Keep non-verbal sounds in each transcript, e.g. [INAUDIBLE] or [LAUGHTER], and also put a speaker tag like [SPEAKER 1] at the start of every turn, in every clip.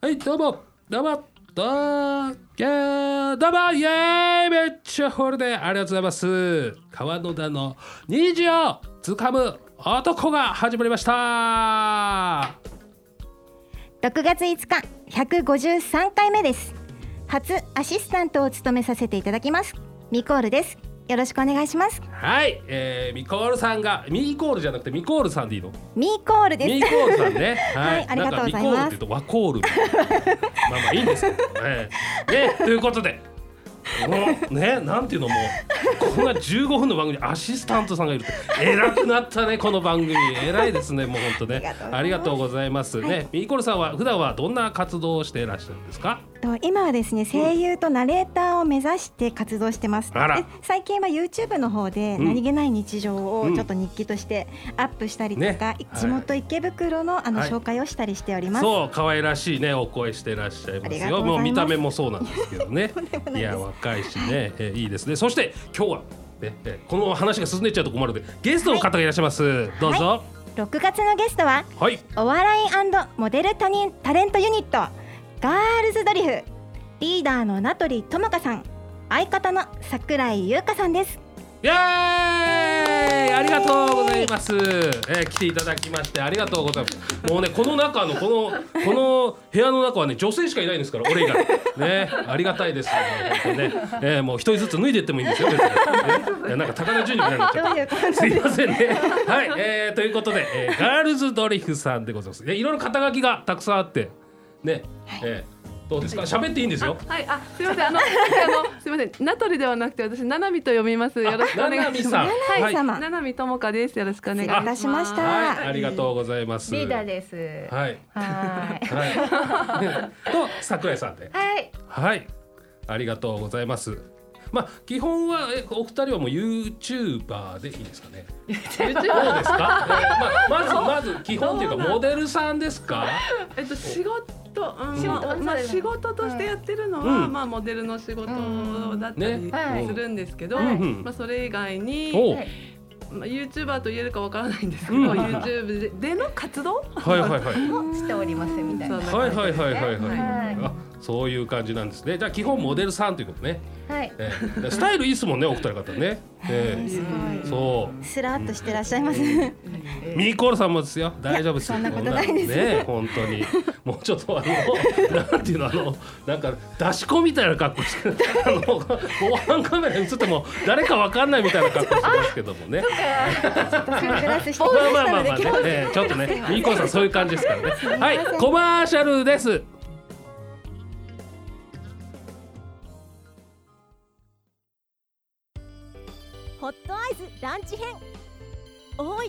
[SPEAKER 1] はい、どうも、どうも、どうも、いやーどうも、イェーイめっちゃホールでありがとうございます。川野田の虹をつかむ男が始まりました。
[SPEAKER 2] 6月5日153回目です初アシスタントを務めさせていただきますミコールですよろしくお願いします
[SPEAKER 1] はい、えー、ミコールさんがミーコールじゃなくてミコールさんでいいの
[SPEAKER 2] ミコールで
[SPEAKER 1] ミー
[SPEAKER 2] す
[SPEAKER 1] コールさん
[SPEAKER 2] [LAUGHS]
[SPEAKER 1] ね
[SPEAKER 2] はいありがとうござ
[SPEAKER 1] な
[SPEAKER 2] います
[SPEAKER 1] んかミコールって言うとワコールみたいなまあまあいいんですけどねねということでもうねなんていうのもうこんな15分の番組にアシスタントさんがいるって偉くなったねこの番組偉いですねもう本当ねあ
[SPEAKER 2] あ
[SPEAKER 1] り
[SPEAKER 2] り
[SPEAKER 1] が
[SPEAKER 2] が
[SPEAKER 1] と
[SPEAKER 2] と
[SPEAKER 1] う
[SPEAKER 2] う
[SPEAKER 1] ございます、
[SPEAKER 2] は
[SPEAKER 1] ねミーコールさんは普段はどんな活動をしていらっしゃるんですか
[SPEAKER 2] [LAUGHS] と今はですね声優とナレーターを目指して活動してます、
[SPEAKER 1] あら
[SPEAKER 2] で最近は YouTube の方で
[SPEAKER 1] うん
[SPEAKER 2] 何気ない日常
[SPEAKER 1] う
[SPEAKER 2] を
[SPEAKER 1] ん
[SPEAKER 2] ちょっと日記としてアップしたりと
[SPEAKER 1] ね
[SPEAKER 2] か、
[SPEAKER 1] はい
[SPEAKER 2] 地元池袋のあの
[SPEAKER 1] はい
[SPEAKER 2] 紹介をしたりしております、
[SPEAKER 1] そう可愛らしいねお声してらっしゃいます
[SPEAKER 2] ありが
[SPEAKER 1] よ
[SPEAKER 2] とうご
[SPEAKER 1] も
[SPEAKER 2] ざいます
[SPEAKER 1] う見た目もそうなんですけどね
[SPEAKER 2] んでもないです
[SPEAKER 1] いや若いしね、えーいいですねそして今日はねえーこの話が進んでいっちゃうと困るのでゲストの方がいらっしゃいます、どうぞ
[SPEAKER 2] 6月のゲストは
[SPEAKER 1] はい
[SPEAKER 2] お笑いモデル他人タレントユニットガールズドリフリーダーの名取智香さん相方の桜井優香さんです
[SPEAKER 1] イエーイありがとうございます、えー来ていただきましてありがとうございますもうねこの中のこのこの部屋の中はね女性しかいないんですから俺以外ねありがたいですね本当にね、えーもう一人ずつ脱いでってもいいんですよ別に、ねいやなんか高田純次みたいになっちゃった
[SPEAKER 2] う
[SPEAKER 1] [LAUGHS]
[SPEAKER 2] 感
[SPEAKER 1] すいませんね。はい、えーということで、えーガールズドリフさんでございます。ねいろいろ肩書きがたくさんあって、ね、えーどうですか。喋っていいんですよ。
[SPEAKER 3] あはい、あ、すみません、あの、あの、すみません、名取ではなくて、私、ななみと読みます。よろしくお願いします。
[SPEAKER 1] あ
[SPEAKER 2] ナナミさん
[SPEAKER 3] はいななみともかです。よろしくお願いしま
[SPEAKER 2] 失
[SPEAKER 3] す。
[SPEAKER 2] 礼いたしました
[SPEAKER 1] はい、ありがとうございます。
[SPEAKER 4] リーダーです。
[SPEAKER 1] はい、
[SPEAKER 4] はーい。
[SPEAKER 1] はい。と桜井さんで、
[SPEAKER 4] はい。
[SPEAKER 1] はい、ありがとうございます。まあ基本はえお二人はもうユーチューバーでいいですかね。
[SPEAKER 3] YouTube
[SPEAKER 1] どうですか。えーまあまずまず基本というかモデルさんですか。
[SPEAKER 3] えっと、仕事、うん、
[SPEAKER 1] 仕
[SPEAKER 4] 事
[SPEAKER 3] まあ、仕事としてやってるのは、
[SPEAKER 1] うん
[SPEAKER 3] まあ、モデルの仕事だった
[SPEAKER 1] ね
[SPEAKER 3] り
[SPEAKER 4] はい
[SPEAKER 3] するんですけど。
[SPEAKER 1] うんうん
[SPEAKER 3] まあ、それ以外に、
[SPEAKER 1] おう
[SPEAKER 4] はい
[SPEAKER 3] まあ、ユーチューバーと言えるかわからないんですけど、
[SPEAKER 1] うん
[SPEAKER 3] ユーチューブで、での活動。
[SPEAKER 1] はいはいはい。
[SPEAKER 4] もしておりますみたいな。
[SPEAKER 3] そんな
[SPEAKER 1] は
[SPEAKER 3] 感
[SPEAKER 1] い
[SPEAKER 3] じ
[SPEAKER 1] はいはいはいはい。
[SPEAKER 4] はい
[SPEAKER 1] あ、そういう感じなんですね。じゃあ基本モデルさんということね。
[SPEAKER 4] はい。
[SPEAKER 1] えースタイルいいですもんね、お二人方ね。え
[SPEAKER 2] す
[SPEAKER 1] ーそう。
[SPEAKER 2] すらっとしてらっしゃいます、
[SPEAKER 1] ミーコールさんもですよ。大丈夫ですよ。
[SPEAKER 2] いやそんなことないです
[SPEAKER 1] こんなのね、本当に。もうちょっとあの、なんていうの、あの、なんか出し子みたいな格好してる。あの、防犯カメラに映っても、誰かわかんないみたいな格好してますけどもね。
[SPEAKER 2] グラスして
[SPEAKER 1] ま
[SPEAKER 2] らっ
[SPEAKER 1] あ
[SPEAKER 2] し
[SPEAKER 1] ま
[SPEAKER 2] ゃ
[SPEAKER 1] あまあ
[SPEAKER 2] る
[SPEAKER 1] ま
[SPEAKER 2] の
[SPEAKER 1] あね、
[SPEAKER 2] で
[SPEAKER 1] えーちょっとね、ミーコールさん、そういう感じですからね。はい、コマーシャルです。
[SPEAKER 5] ホットアイズランチ編大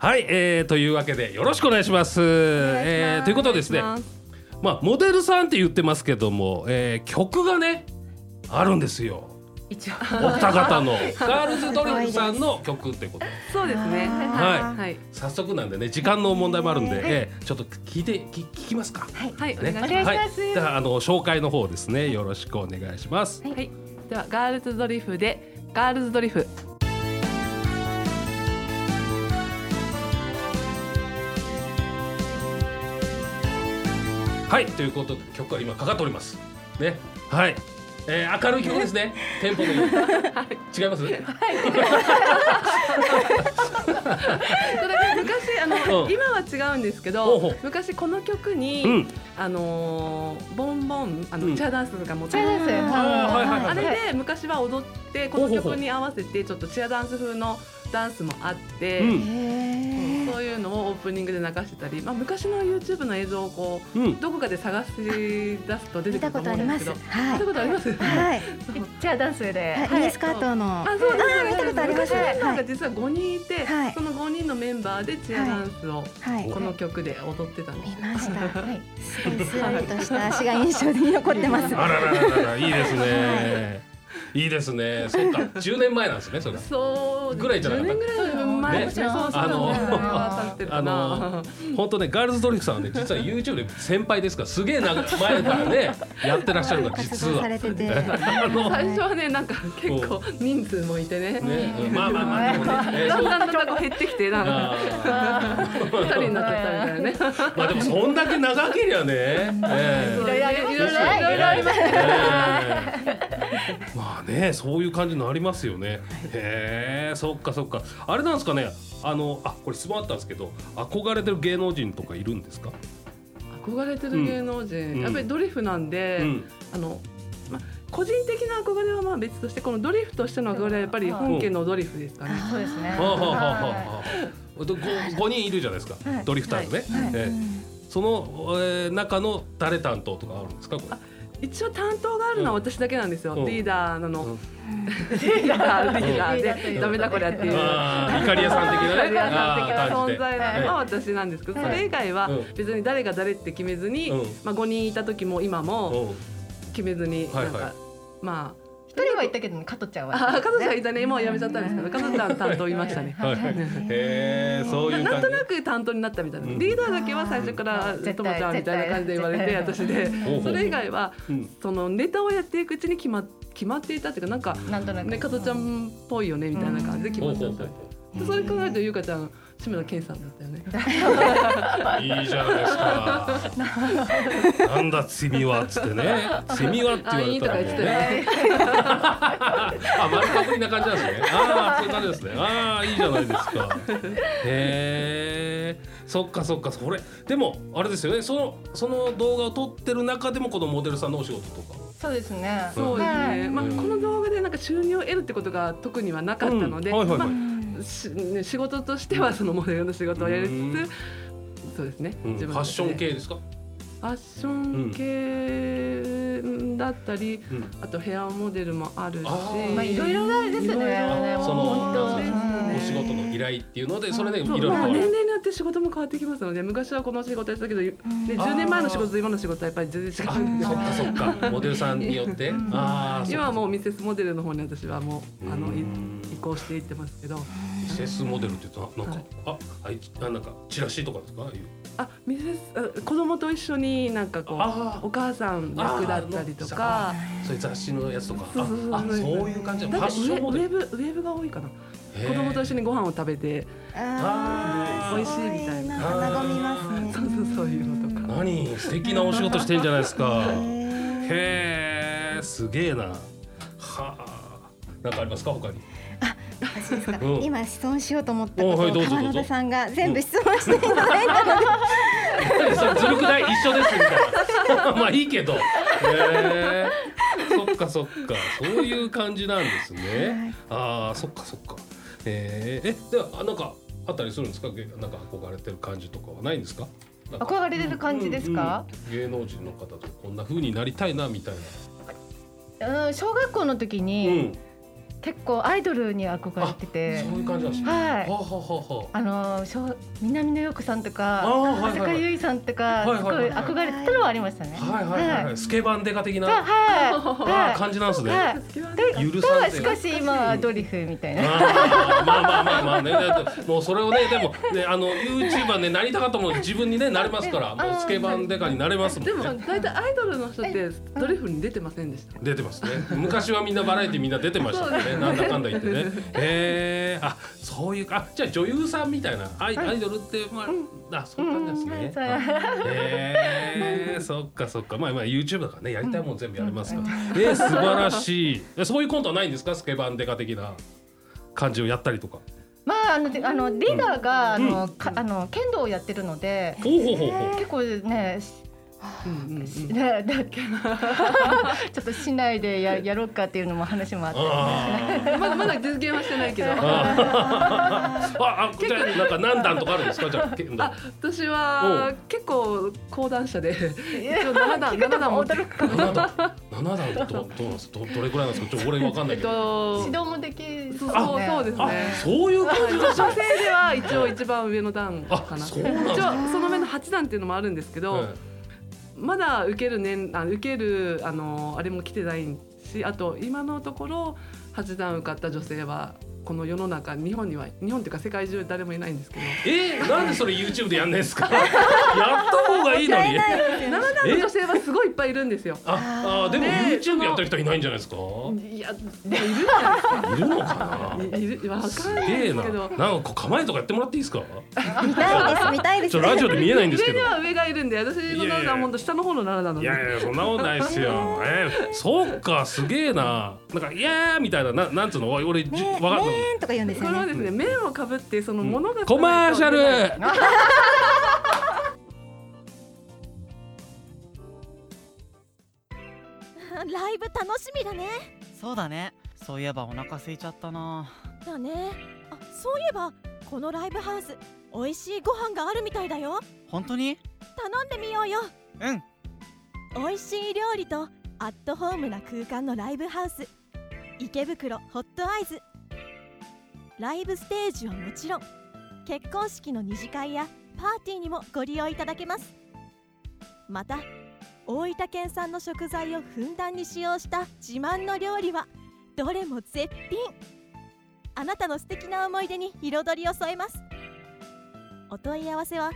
[SPEAKER 1] はい、えー、というわけでよろしくお願いします。えーということでですね、
[SPEAKER 3] お願
[SPEAKER 1] ま
[SPEAKER 3] いします
[SPEAKER 1] あモデルさんって言ってますけども、えー曲がねあるんですよ。
[SPEAKER 4] 一応。
[SPEAKER 1] お二方のガールズドリフさんの曲ってこと。
[SPEAKER 3] そうですね。
[SPEAKER 1] はい
[SPEAKER 3] はい。
[SPEAKER 1] 早速なんでね時間の問題もあるんで、えーちょっと聞いてき聞きますか。
[SPEAKER 3] はい、お願い
[SPEAKER 1] ね
[SPEAKER 3] します。
[SPEAKER 4] 願いします
[SPEAKER 1] はい、じゃああの紹介の方ですねよろしくお願いします。
[SPEAKER 3] はい、ではガールズドリフでガールズドリフ。
[SPEAKER 1] はい、ということで曲が今かかっております。ね、はい、えー、明るい曲ですね。テンポのいい。違います。
[SPEAKER 3] それ昔あの、
[SPEAKER 1] うん
[SPEAKER 3] 今は違うんですけ
[SPEAKER 1] ほう
[SPEAKER 3] ど
[SPEAKER 1] ほう
[SPEAKER 3] 昔この曲に、
[SPEAKER 1] うん
[SPEAKER 3] あのーボンボンあの、
[SPEAKER 1] うん
[SPEAKER 3] チャーダンスがもっ
[SPEAKER 4] チャーダンス
[SPEAKER 1] あーはいはいはい
[SPEAKER 3] あれで昔は踊ってこの曲に合わせてちょっとチアダンス風のダンスもあって、
[SPEAKER 1] うん
[SPEAKER 3] そうそういうのをオープニングで流してたり、まあ、昔の YouTube の映像をこう、
[SPEAKER 1] うん
[SPEAKER 3] どこかで探し出すと出て
[SPEAKER 2] 見
[SPEAKER 3] く
[SPEAKER 2] たこと
[SPEAKER 3] ると思
[SPEAKER 2] あ
[SPEAKER 3] う
[SPEAKER 2] り
[SPEAKER 3] んで
[SPEAKER 2] ますす
[SPEAKER 3] けど。
[SPEAKER 2] はい
[SPEAKER 3] 見たことあります。
[SPEAKER 2] はい、
[SPEAKER 3] そう
[SPEAKER 4] じゃあダンスで、
[SPEAKER 2] はい
[SPEAKER 4] はい
[SPEAKER 2] ミニスカートの
[SPEAKER 3] あ、そうです。
[SPEAKER 2] あー見たことあります
[SPEAKER 3] 昔の
[SPEAKER 2] は
[SPEAKER 3] が
[SPEAKER 2] い
[SPEAKER 3] 実は5人いて、
[SPEAKER 2] はい
[SPEAKER 3] その5人のメンバーでチアダンスを
[SPEAKER 2] はい
[SPEAKER 3] この曲で踊ってたの。
[SPEAKER 2] 見ました
[SPEAKER 4] はい
[SPEAKER 2] すごいスラリとした足が印象的に残ってます
[SPEAKER 1] あらららららいいですね。いいですね。そっか、10年前なんですね、それ。
[SPEAKER 3] そう
[SPEAKER 1] ぐらいじゃなかった
[SPEAKER 3] 10年ぐらい前
[SPEAKER 1] ね
[SPEAKER 3] そうそうそう [LAUGHS]
[SPEAKER 1] あの
[SPEAKER 3] メンバーされてるかな
[SPEAKER 1] あの本当ね、ガールズドリフさんはね、実は YouTube で先輩ですから、すげえ長い前から
[SPEAKER 3] [LAUGHS]
[SPEAKER 1] ね、やってらっしゃるの、
[SPEAKER 2] 活
[SPEAKER 1] 実
[SPEAKER 2] 動
[SPEAKER 1] は
[SPEAKER 2] さ。
[SPEAKER 1] [LAUGHS]
[SPEAKER 2] れてて
[SPEAKER 1] あの
[SPEAKER 3] 最初はねなんか結構 [LAUGHS] 人数もいてね
[SPEAKER 1] ね、うんまあまあまあ、でもね、えー
[SPEAKER 3] だ
[SPEAKER 1] そ
[SPEAKER 3] ん
[SPEAKER 1] う
[SPEAKER 3] だんだんだんこう減ってきてなんか
[SPEAKER 1] あ
[SPEAKER 3] [LAUGHS] 二人になっちゃったみたいなね。
[SPEAKER 1] ーまあでも、そんだけ長けりゃね。えー
[SPEAKER 4] いろいろありますね
[SPEAKER 3] いろいろいろいろあります
[SPEAKER 1] ね。まあね、そういう感じになりますよね。へえ、そっかそっか。あれなんですかね。あの、あ、これ質問あったんですけど、憧れてる芸能人とかいるんですか。
[SPEAKER 3] 憧れてる芸能人、
[SPEAKER 1] うん
[SPEAKER 3] やっぱりドリフなんで、
[SPEAKER 1] うん、
[SPEAKER 3] あの、ま、個人的な憧れはまあ別としてこのドリフとしての憧れはやっぱり本家のドリフですかね。
[SPEAKER 4] そうですね
[SPEAKER 1] はあはあはあは
[SPEAKER 4] は
[SPEAKER 1] あはあ。と、五、五人いるじゃないですか。
[SPEAKER 4] はい
[SPEAKER 1] ドリフターズね。ええその、えー中の誰担当とかあるんですか。これ
[SPEAKER 3] 一応担当があるのは私だけなんですよ、
[SPEAKER 1] うん
[SPEAKER 3] リーダーなの、
[SPEAKER 1] うん
[SPEAKER 3] [LAUGHS] リーダーリーダ
[SPEAKER 4] リーダーと
[SPEAKER 3] ー
[SPEAKER 4] い
[SPEAKER 3] で
[SPEAKER 4] う
[SPEAKER 3] ダメだこりゃっていう。
[SPEAKER 1] ああ、イカリアさん的な
[SPEAKER 3] カ
[SPEAKER 1] ね。
[SPEAKER 3] リアさん的な
[SPEAKER 1] あー
[SPEAKER 3] 存在なのは私なんですけど、
[SPEAKER 4] はい
[SPEAKER 3] それ以外は
[SPEAKER 1] うん
[SPEAKER 3] 別に誰が誰って決めずに、
[SPEAKER 1] うん
[SPEAKER 3] まあ5人いた時も今も
[SPEAKER 1] うん
[SPEAKER 3] 決めずになんか、
[SPEAKER 1] はいはい
[SPEAKER 3] ま
[SPEAKER 4] 一人は行ったけどね加トちゃん
[SPEAKER 3] ああ
[SPEAKER 4] は
[SPEAKER 3] ー加藤ちゃんいたねもう辞めちゃったんですけど加藤ちゃん担当いましたね。
[SPEAKER 1] はいはい。へえ、 [LAUGHS] そういう
[SPEAKER 3] な
[SPEAKER 1] 感
[SPEAKER 3] ん
[SPEAKER 1] じ
[SPEAKER 3] と。なく担当になったみたいな、
[SPEAKER 1] うん
[SPEAKER 3] リーダーだけは最初から
[SPEAKER 4] う
[SPEAKER 3] 「
[SPEAKER 4] ん
[SPEAKER 3] ともちゃん」みたいな感じで言われて
[SPEAKER 4] 絶
[SPEAKER 3] 私
[SPEAKER 4] 対
[SPEAKER 3] で
[SPEAKER 1] ほうほう
[SPEAKER 3] それ以外は
[SPEAKER 1] うん
[SPEAKER 3] そのネタをやっていくうちに決ま決まっていたっていうかなんか、
[SPEAKER 4] なんとなく
[SPEAKER 3] ね、加トちゃんっぽいよねみたいな感じで決まっちゃったみたいなでそれ考えるとゆうかちゃん志村けんさんだったよね。
[SPEAKER 1] いいじゃないですか。なんだセミはっつって
[SPEAKER 3] [LAUGHS]
[SPEAKER 1] ね。セミはって言われたら、
[SPEAKER 3] あいいとか言ってたよ
[SPEAKER 1] ね。 [LAUGHS] あ、丸かぶりな感じなんですね。ああ、そういう感じですね。ああ、いいじゃないですか。へえ。そっかそっか。それでもあれですよね。そのその動画を撮ってる中でもこのモデルさんのお仕事とか。
[SPEAKER 4] そうですね
[SPEAKER 3] そうです
[SPEAKER 4] は
[SPEAKER 3] ね、
[SPEAKER 4] い
[SPEAKER 3] まあ、この動画でなんか収入を得るってことが特にはなかったので、
[SPEAKER 1] うんはいはいはい
[SPEAKER 3] まあしね、仕事としてはそのモデルの仕事をやりつつ、
[SPEAKER 1] うん
[SPEAKER 3] そうですね、
[SPEAKER 1] うん
[SPEAKER 3] 自
[SPEAKER 1] ファッ
[SPEAKER 3] 分の
[SPEAKER 1] ション系ですか。
[SPEAKER 3] ファッション系だったり、
[SPEAKER 1] うん
[SPEAKER 3] あとヘアモデルもあるし、
[SPEAKER 1] あー
[SPEAKER 4] まあいろいろあれですね
[SPEAKER 3] いろいろ
[SPEAKER 4] ねもう
[SPEAKER 1] その
[SPEAKER 4] 本当
[SPEAKER 1] そうです
[SPEAKER 3] ね
[SPEAKER 1] お仕事の依頼っていうので、それでい
[SPEAKER 3] そ
[SPEAKER 1] ろ
[SPEAKER 3] う
[SPEAKER 1] いろ
[SPEAKER 3] まあ
[SPEAKER 1] 変わ
[SPEAKER 3] 年
[SPEAKER 1] る。
[SPEAKER 3] 齢によって仕事も変わってきますので昔はこの仕事やってたけど、ね、10年前の仕事と今の仕事はやっぱり全然違
[SPEAKER 1] あ、
[SPEAKER 3] うんで
[SPEAKER 1] そっかそっか。モデルさんによって。ああ、そっか
[SPEAKER 3] 今はもうミセスモデルの方に私はもうあのい
[SPEAKER 1] うん
[SPEAKER 3] 移行していってますけど。
[SPEAKER 1] ミセスモデルって言ったなん
[SPEAKER 3] は
[SPEAKER 1] か
[SPEAKER 3] い、
[SPEAKER 1] あ、あいあなんかチラシとかですか？ああいう
[SPEAKER 3] あ、ミセス、あ子供と一緒になんかこ
[SPEAKER 1] あー
[SPEAKER 3] う、お母さん役だったりと
[SPEAKER 1] あ
[SPEAKER 3] か。
[SPEAKER 1] ーそういう雑誌のやつとか。
[SPEAKER 3] そうそうそう
[SPEAKER 1] あ、あそういう感じ
[SPEAKER 3] な
[SPEAKER 1] の
[SPEAKER 3] ん
[SPEAKER 1] ファッ
[SPEAKER 3] かウ
[SPEAKER 1] ション
[SPEAKER 3] ェ
[SPEAKER 1] モ
[SPEAKER 3] ウ
[SPEAKER 1] デ
[SPEAKER 3] ェ
[SPEAKER 1] ル。
[SPEAKER 3] ブ、ウェブが多いかな。
[SPEAKER 1] へー
[SPEAKER 3] 子供と一緒にご飯を食べて、
[SPEAKER 1] あー
[SPEAKER 3] 美味しいみたいな
[SPEAKER 2] すご和みますね
[SPEAKER 3] そうそうそういうのとか。
[SPEAKER 1] 何素敵なお仕事してんじゃないです
[SPEAKER 3] [LAUGHS]
[SPEAKER 1] か。へえ、すげえな。はあ。なんかありますか他に？
[SPEAKER 2] 私ですか
[SPEAKER 1] うん
[SPEAKER 2] 今質問しようと思ったこ
[SPEAKER 1] おはい
[SPEAKER 2] と
[SPEAKER 1] どう
[SPEAKER 2] を
[SPEAKER 1] ぞどうぞ
[SPEAKER 2] 川野さんが全部質問していただいたので
[SPEAKER 1] それずるくない一緒ですみたい
[SPEAKER 4] [LAUGHS]
[SPEAKER 1] なまあいいけど、へえそっかそっかそういう感じなんですね、ああそっかそっかえー、えではあなんかあったりするんですかげなんか憧れてる感じとかはないんですかなんか
[SPEAKER 4] 憧れてる感じですか、
[SPEAKER 1] うんうん芸能人の方とこんな風になりたいなみたいな、
[SPEAKER 4] うん、小学校の時
[SPEAKER 1] う
[SPEAKER 4] に
[SPEAKER 1] ん、
[SPEAKER 4] 結構アイドルに憧れてて
[SPEAKER 1] そういう感じなんですね
[SPEAKER 4] はい
[SPEAKER 1] はあはあはあは
[SPEAKER 4] あの小南野陽子さんと
[SPEAKER 1] あ
[SPEAKER 4] か
[SPEAKER 1] あーはい
[SPEAKER 4] 浅
[SPEAKER 1] は
[SPEAKER 4] 香
[SPEAKER 1] いはい
[SPEAKER 4] 唯さんとか
[SPEAKER 1] はい
[SPEAKER 4] す
[SPEAKER 1] は
[SPEAKER 4] ご
[SPEAKER 1] いはい
[SPEAKER 4] い憧れてたのはありましたね。
[SPEAKER 1] はいはいはいはいスケバンデカ的な、
[SPEAKER 4] はい
[SPEAKER 1] あー
[SPEAKER 4] は
[SPEAKER 1] 感じなんです
[SPEAKER 4] い
[SPEAKER 1] ね、
[SPEAKER 4] はい。
[SPEAKER 1] 許
[SPEAKER 4] で、と
[SPEAKER 1] さ
[SPEAKER 4] は
[SPEAKER 1] んせ
[SPEAKER 4] 少し今はドリフみたいな。
[SPEAKER 1] あーまあまあまあまあねだってもうそれをねでもねあの YouTuber ねなりたかったもん自分にねなれますから
[SPEAKER 4] あ
[SPEAKER 1] もうスケバンデカになれますも
[SPEAKER 3] でも、
[SPEAKER 1] んね
[SPEAKER 3] 大体アイドルの人って、ドリフに出てませんでした。
[SPEAKER 1] 出てますね昔はみんなバラエティみんな出てましたもんねなんだかんだ言ってねへえあそういうかあじゃあ女優さんみたいなアイアイドルってまああそういう感じなんですね
[SPEAKER 4] うんはい
[SPEAKER 1] あへえ [LAUGHS] そっかそっかまあまあ YouTube だからねやりたいもん全部やりますからえー素晴らしいえそういうコントはないんですかスケバンデカ的な感じをやったりとか
[SPEAKER 4] まああのであのリーダーがあ
[SPEAKER 1] うん
[SPEAKER 4] のかあの剣道をやってるので、
[SPEAKER 1] ほうほうほうほう
[SPEAKER 4] 結構ね。し
[SPEAKER 3] うんうんうん
[SPEAKER 4] ねだっけ [LAUGHS] ちょっと市内でややろうかっていうのも
[SPEAKER 3] [LAUGHS]
[SPEAKER 4] 話もあって
[SPEAKER 1] あ
[SPEAKER 3] まだまだ実現はしてないけど。
[SPEAKER 1] ああああじゃあなんか何段とかあるんですか [LAUGHS] じゃあけ
[SPEAKER 3] あ、私は結構講談社で一応七段七段も
[SPEAKER 4] 驚くかも
[SPEAKER 1] 七段七段どどうなんですどどれくらいなんですかちょ俺わかんな
[SPEAKER 3] え
[SPEAKER 1] い
[SPEAKER 3] っ
[SPEAKER 1] けど、
[SPEAKER 3] と
[SPEAKER 4] 指導もできる
[SPEAKER 3] そうそうそうです
[SPEAKER 1] あ
[SPEAKER 3] ね。
[SPEAKER 1] そういう感じです
[SPEAKER 3] 女性では一応一番上の段
[SPEAKER 1] あ
[SPEAKER 3] かな。
[SPEAKER 1] そ
[SPEAKER 3] 一
[SPEAKER 1] うなんだ
[SPEAKER 3] 応その上の八段っていうのもあるんですけど、まだ受ける年あ受けるあのあれも来てないし、あと今のところ八段受かった女性はこの世の中日本には日本っていうか世界中誰もいないんですけど。
[SPEAKER 1] えー、なんでそれ YouTube でやんないんですか [LAUGHS] やった方がいいのに
[SPEAKER 3] 七段の女性はすごいいっぱいいるんですよ。
[SPEAKER 1] ああでも
[SPEAKER 3] ねえ
[SPEAKER 1] YouTube やってる人いないんじゃないですか
[SPEAKER 3] いや、でもいるじゃないですか。
[SPEAKER 1] いるのかない
[SPEAKER 3] る、わか
[SPEAKER 1] す
[SPEAKER 3] ん
[SPEAKER 1] げ
[SPEAKER 3] ないで
[SPEAKER 1] え
[SPEAKER 3] す
[SPEAKER 1] な
[SPEAKER 3] け
[SPEAKER 1] なん
[SPEAKER 3] ど
[SPEAKER 1] か。こう構えとかやってもらっていいですか
[SPEAKER 2] 見たいです見たいで
[SPEAKER 1] ち
[SPEAKER 2] す
[SPEAKER 1] ょラジオで見えないんですけ
[SPEAKER 3] 上
[SPEAKER 1] ど
[SPEAKER 3] には上がいるんで、私の七段は本当下の方の七段なん
[SPEAKER 1] い
[SPEAKER 3] で。
[SPEAKER 1] やいやそんなことないですよ。
[SPEAKER 2] [LAUGHS]
[SPEAKER 1] えー、そっかすげえな。なんかいやーみたいなななんつうのおい俺じ
[SPEAKER 2] ね
[SPEAKER 1] わ
[SPEAKER 2] ね
[SPEAKER 1] かんない。
[SPEAKER 2] ーんとか言うんです
[SPEAKER 3] これ
[SPEAKER 2] よ
[SPEAKER 3] は
[SPEAKER 2] ね
[SPEAKER 3] ですね、面をかぶって、そのものが。
[SPEAKER 1] コマーシャル。
[SPEAKER 5] ライブ楽しみだね
[SPEAKER 6] そうだねそういえばお腹空いちゃったな
[SPEAKER 5] だねあそういえばこのライブハウス美味しいご飯があるみたいだよ
[SPEAKER 6] 本当に
[SPEAKER 5] 頼んでみようよ
[SPEAKER 6] うん
[SPEAKER 5] 美味しい料理とアットホームな空間のライブハウス池袋ホットアイズライブステージはもちろん結婚式の二次会やパーティーにもご利用いただけますまた大分県産の食材をふんだんに使用した自慢の料理はどれも絶品あなたの素敵な思い出に彩りを添えますお問い合わせは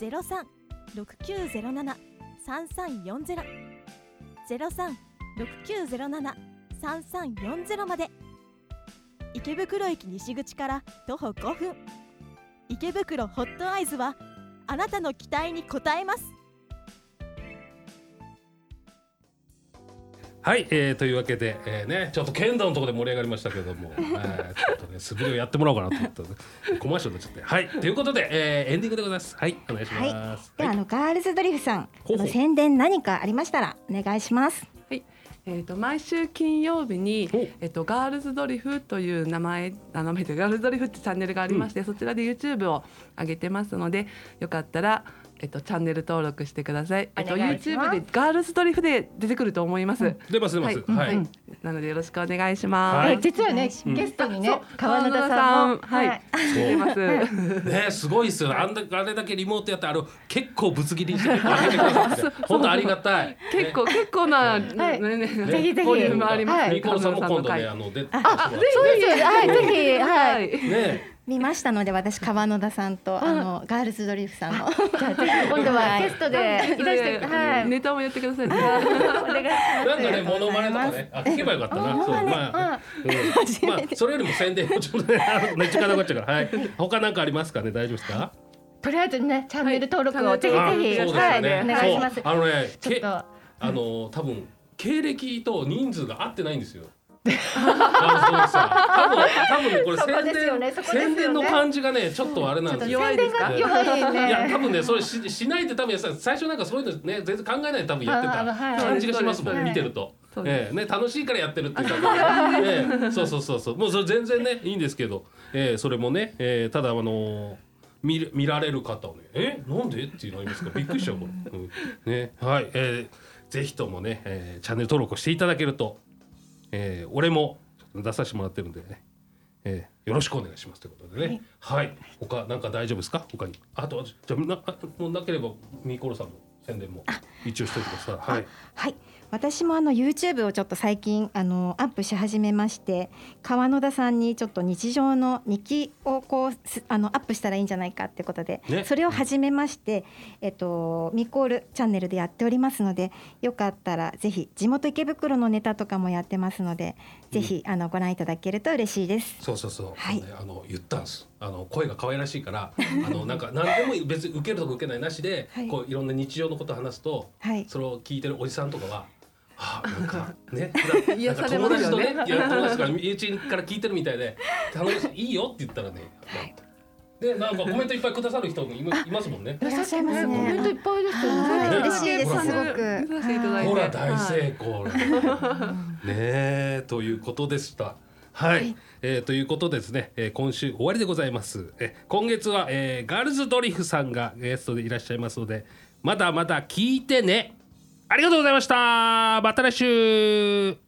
[SPEAKER 5] 036907 3340ゼロ三六九ゼロ七三三四ゼロまで。池袋駅西口から徒歩5分。池袋ホットアイズはあなたの期待に応えます。
[SPEAKER 1] はい、えー、というわけで、えー、ねちょっと剣道のところで盛り上がりましたけども、えー、ちょっとね素振りをやってもらおうかなと思ったのでコマーシャルになっちゃってはいということで、えー、エンディングでございますはいお願いします、
[SPEAKER 2] ではあのガールズドリフさんあ
[SPEAKER 1] ほうほう
[SPEAKER 2] の宣伝何かありましたらお願いします
[SPEAKER 3] えっと、毎週金曜日に
[SPEAKER 1] お、
[SPEAKER 3] えっと、ガールズドリフという名前、あ、名前で、ガールズドリフってチャンネルがありまして、そちらで YouTube を上げてますので。よかったら、えっと、チャンネル登録してください。えっと、
[SPEAKER 4] お願いし
[SPEAKER 3] YouTube
[SPEAKER 4] ます
[SPEAKER 3] でガールズドリフで出てくると思います。
[SPEAKER 1] 出ます出ますはい、
[SPEAKER 3] はいなので、よろしくお願いし
[SPEAKER 1] は
[SPEAKER 3] ま
[SPEAKER 1] い
[SPEAKER 4] え実はね
[SPEAKER 1] うん
[SPEAKER 4] ゲストに
[SPEAKER 3] あそ
[SPEAKER 4] ね
[SPEAKER 3] う
[SPEAKER 4] 川野田さんも
[SPEAKER 3] 川野田さんはい
[SPEAKER 1] そ
[SPEAKER 3] す。出
[SPEAKER 1] う
[SPEAKER 3] ます。
[SPEAKER 1] ねすごいっすよねあんだあれだけリモートやってあの結構ぶつ切りにして上げてくださ
[SPEAKER 2] [LAUGHS]
[SPEAKER 1] って本当ありがたい
[SPEAKER 3] 結構、結構な、
[SPEAKER 4] い
[SPEAKER 3] ねね
[SPEAKER 1] ね
[SPEAKER 4] ぜひぜひ
[SPEAKER 3] ボリュームあります
[SPEAKER 4] は
[SPEAKER 3] ね。
[SPEAKER 1] ニコルさんも今度
[SPEAKER 3] 川
[SPEAKER 1] ねあ
[SPEAKER 3] 野さんの
[SPEAKER 1] ので
[SPEAKER 4] あそうですよねはいぜひ
[SPEAKER 3] 回
[SPEAKER 4] はい
[SPEAKER 3] はい。
[SPEAKER 1] ね
[SPEAKER 2] 見ましたので私川野田さんとあのガールズドリフさんの
[SPEAKER 4] じゃあぜひ今度はゲストでいらしてはい
[SPEAKER 3] ネタもやってくださいね。
[SPEAKER 4] お願いします
[SPEAKER 1] なんかねモノマネとかねあ聞けばよかったなそうまあうんまあそれよりも宣伝をちょっとねあのね時間なくなっちゃうからはい他なんかありますかね大丈夫ですか
[SPEAKER 4] とりあえずねチャンネル登録をぜ
[SPEAKER 3] は
[SPEAKER 1] あ
[SPEAKER 4] ひぜ
[SPEAKER 1] そう
[SPEAKER 4] ひ
[SPEAKER 1] ですよ
[SPEAKER 4] はいお
[SPEAKER 1] ね
[SPEAKER 4] 願いしま
[SPEAKER 1] そ
[SPEAKER 4] す
[SPEAKER 1] うあのね
[SPEAKER 4] ちょっ
[SPEAKER 1] け
[SPEAKER 4] と
[SPEAKER 1] あの多分経歴と人数が合ってないん
[SPEAKER 4] [LAUGHS]
[SPEAKER 1] ですよあのそうですよ多分多分これ
[SPEAKER 4] そこですよね
[SPEAKER 1] 宣
[SPEAKER 4] そ
[SPEAKER 1] 伝
[SPEAKER 4] こですよね
[SPEAKER 1] 宣伝の感じがねちょっとあれなんですよ
[SPEAKER 3] 弱いですか。
[SPEAKER 1] ね
[SPEAKER 4] 弱い
[SPEAKER 1] いや多
[SPEAKER 4] ね
[SPEAKER 1] 分ねそれししないで多分さ最初なんかそういうのね全然考えないで多分やって
[SPEAKER 4] ああはい
[SPEAKER 1] た感じがしますもん、
[SPEAKER 4] はい
[SPEAKER 1] 見てると。
[SPEAKER 3] そうで
[SPEAKER 1] ええね、楽しいからやってるっていうか、ええそうそうそうそうもうそれ全然ねいいんですけど、ええそれもね、ええただあのー見る見られる方をね「えなんで?」ってなりますからびっくりしちゃうこれ、うんねはい、ええぜひともね、ええチャンネル登録をしていただけると、ええ俺もちょっと出させてもらってるんでね、ええよろしくお願いしますということでねはい、他なんか大丈夫ですか他にあとじゃあなあもうなければミコロさんの宣伝も一応しておいてください。はい
[SPEAKER 2] はい私もあの YouTube をちょっと最近あのアップし始めまして川野田さんにちょっと日常の日記をこうすあのアップしたらいいんじゃないかってことで、
[SPEAKER 1] ね
[SPEAKER 2] それを始めまして、えっと、ミコールチャンネルでやっておりますのでよかったらぜひ地元池袋のネタとかもやってますのでぜひあのご覧いただけると嬉しいです。
[SPEAKER 1] そうそうそう、
[SPEAKER 2] はい
[SPEAKER 1] あの言ったんですあの声が可愛らしいからあのなんか何でも別に受けるとこ受けないなしで、
[SPEAKER 2] はい
[SPEAKER 1] こういろんな日常のことを話すと、
[SPEAKER 2] はい
[SPEAKER 1] それを聞いてるおじさんとかは。はあ、なんかね
[SPEAKER 3] [LAUGHS] 癒
[SPEAKER 1] なんか
[SPEAKER 3] され
[SPEAKER 1] 友
[SPEAKER 3] ます
[SPEAKER 1] 達と
[SPEAKER 3] よ
[SPEAKER 1] ね
[SPEAKER 3] ね
[SPEAKER 1] いや友達から身内から聞いてるみたいで楽しいいいよって言ったらね、でなんかコメントいっぱいくださる人もいまいますもんね。
[SPEAKER 4] い
[SPEAKER 2] いらっしゃいますね
[SPEAKER 4] コメントいっぱいですよね。
[SPEAKER 2] はい嬉しいです
[SPEAKER 1] ほら
[SPEAKER 2] すごく。
[SPEAKER 3] 見させていただいて
[SPEAKER 1] ほら大成功。ねえということでした。はい、えーということでですね、えー今週終わりでございます。え今月は、えーガールズドリフさんがゲストでいらっしゃいますのでまだまだ聞いてね。ありがとうございました。また来週。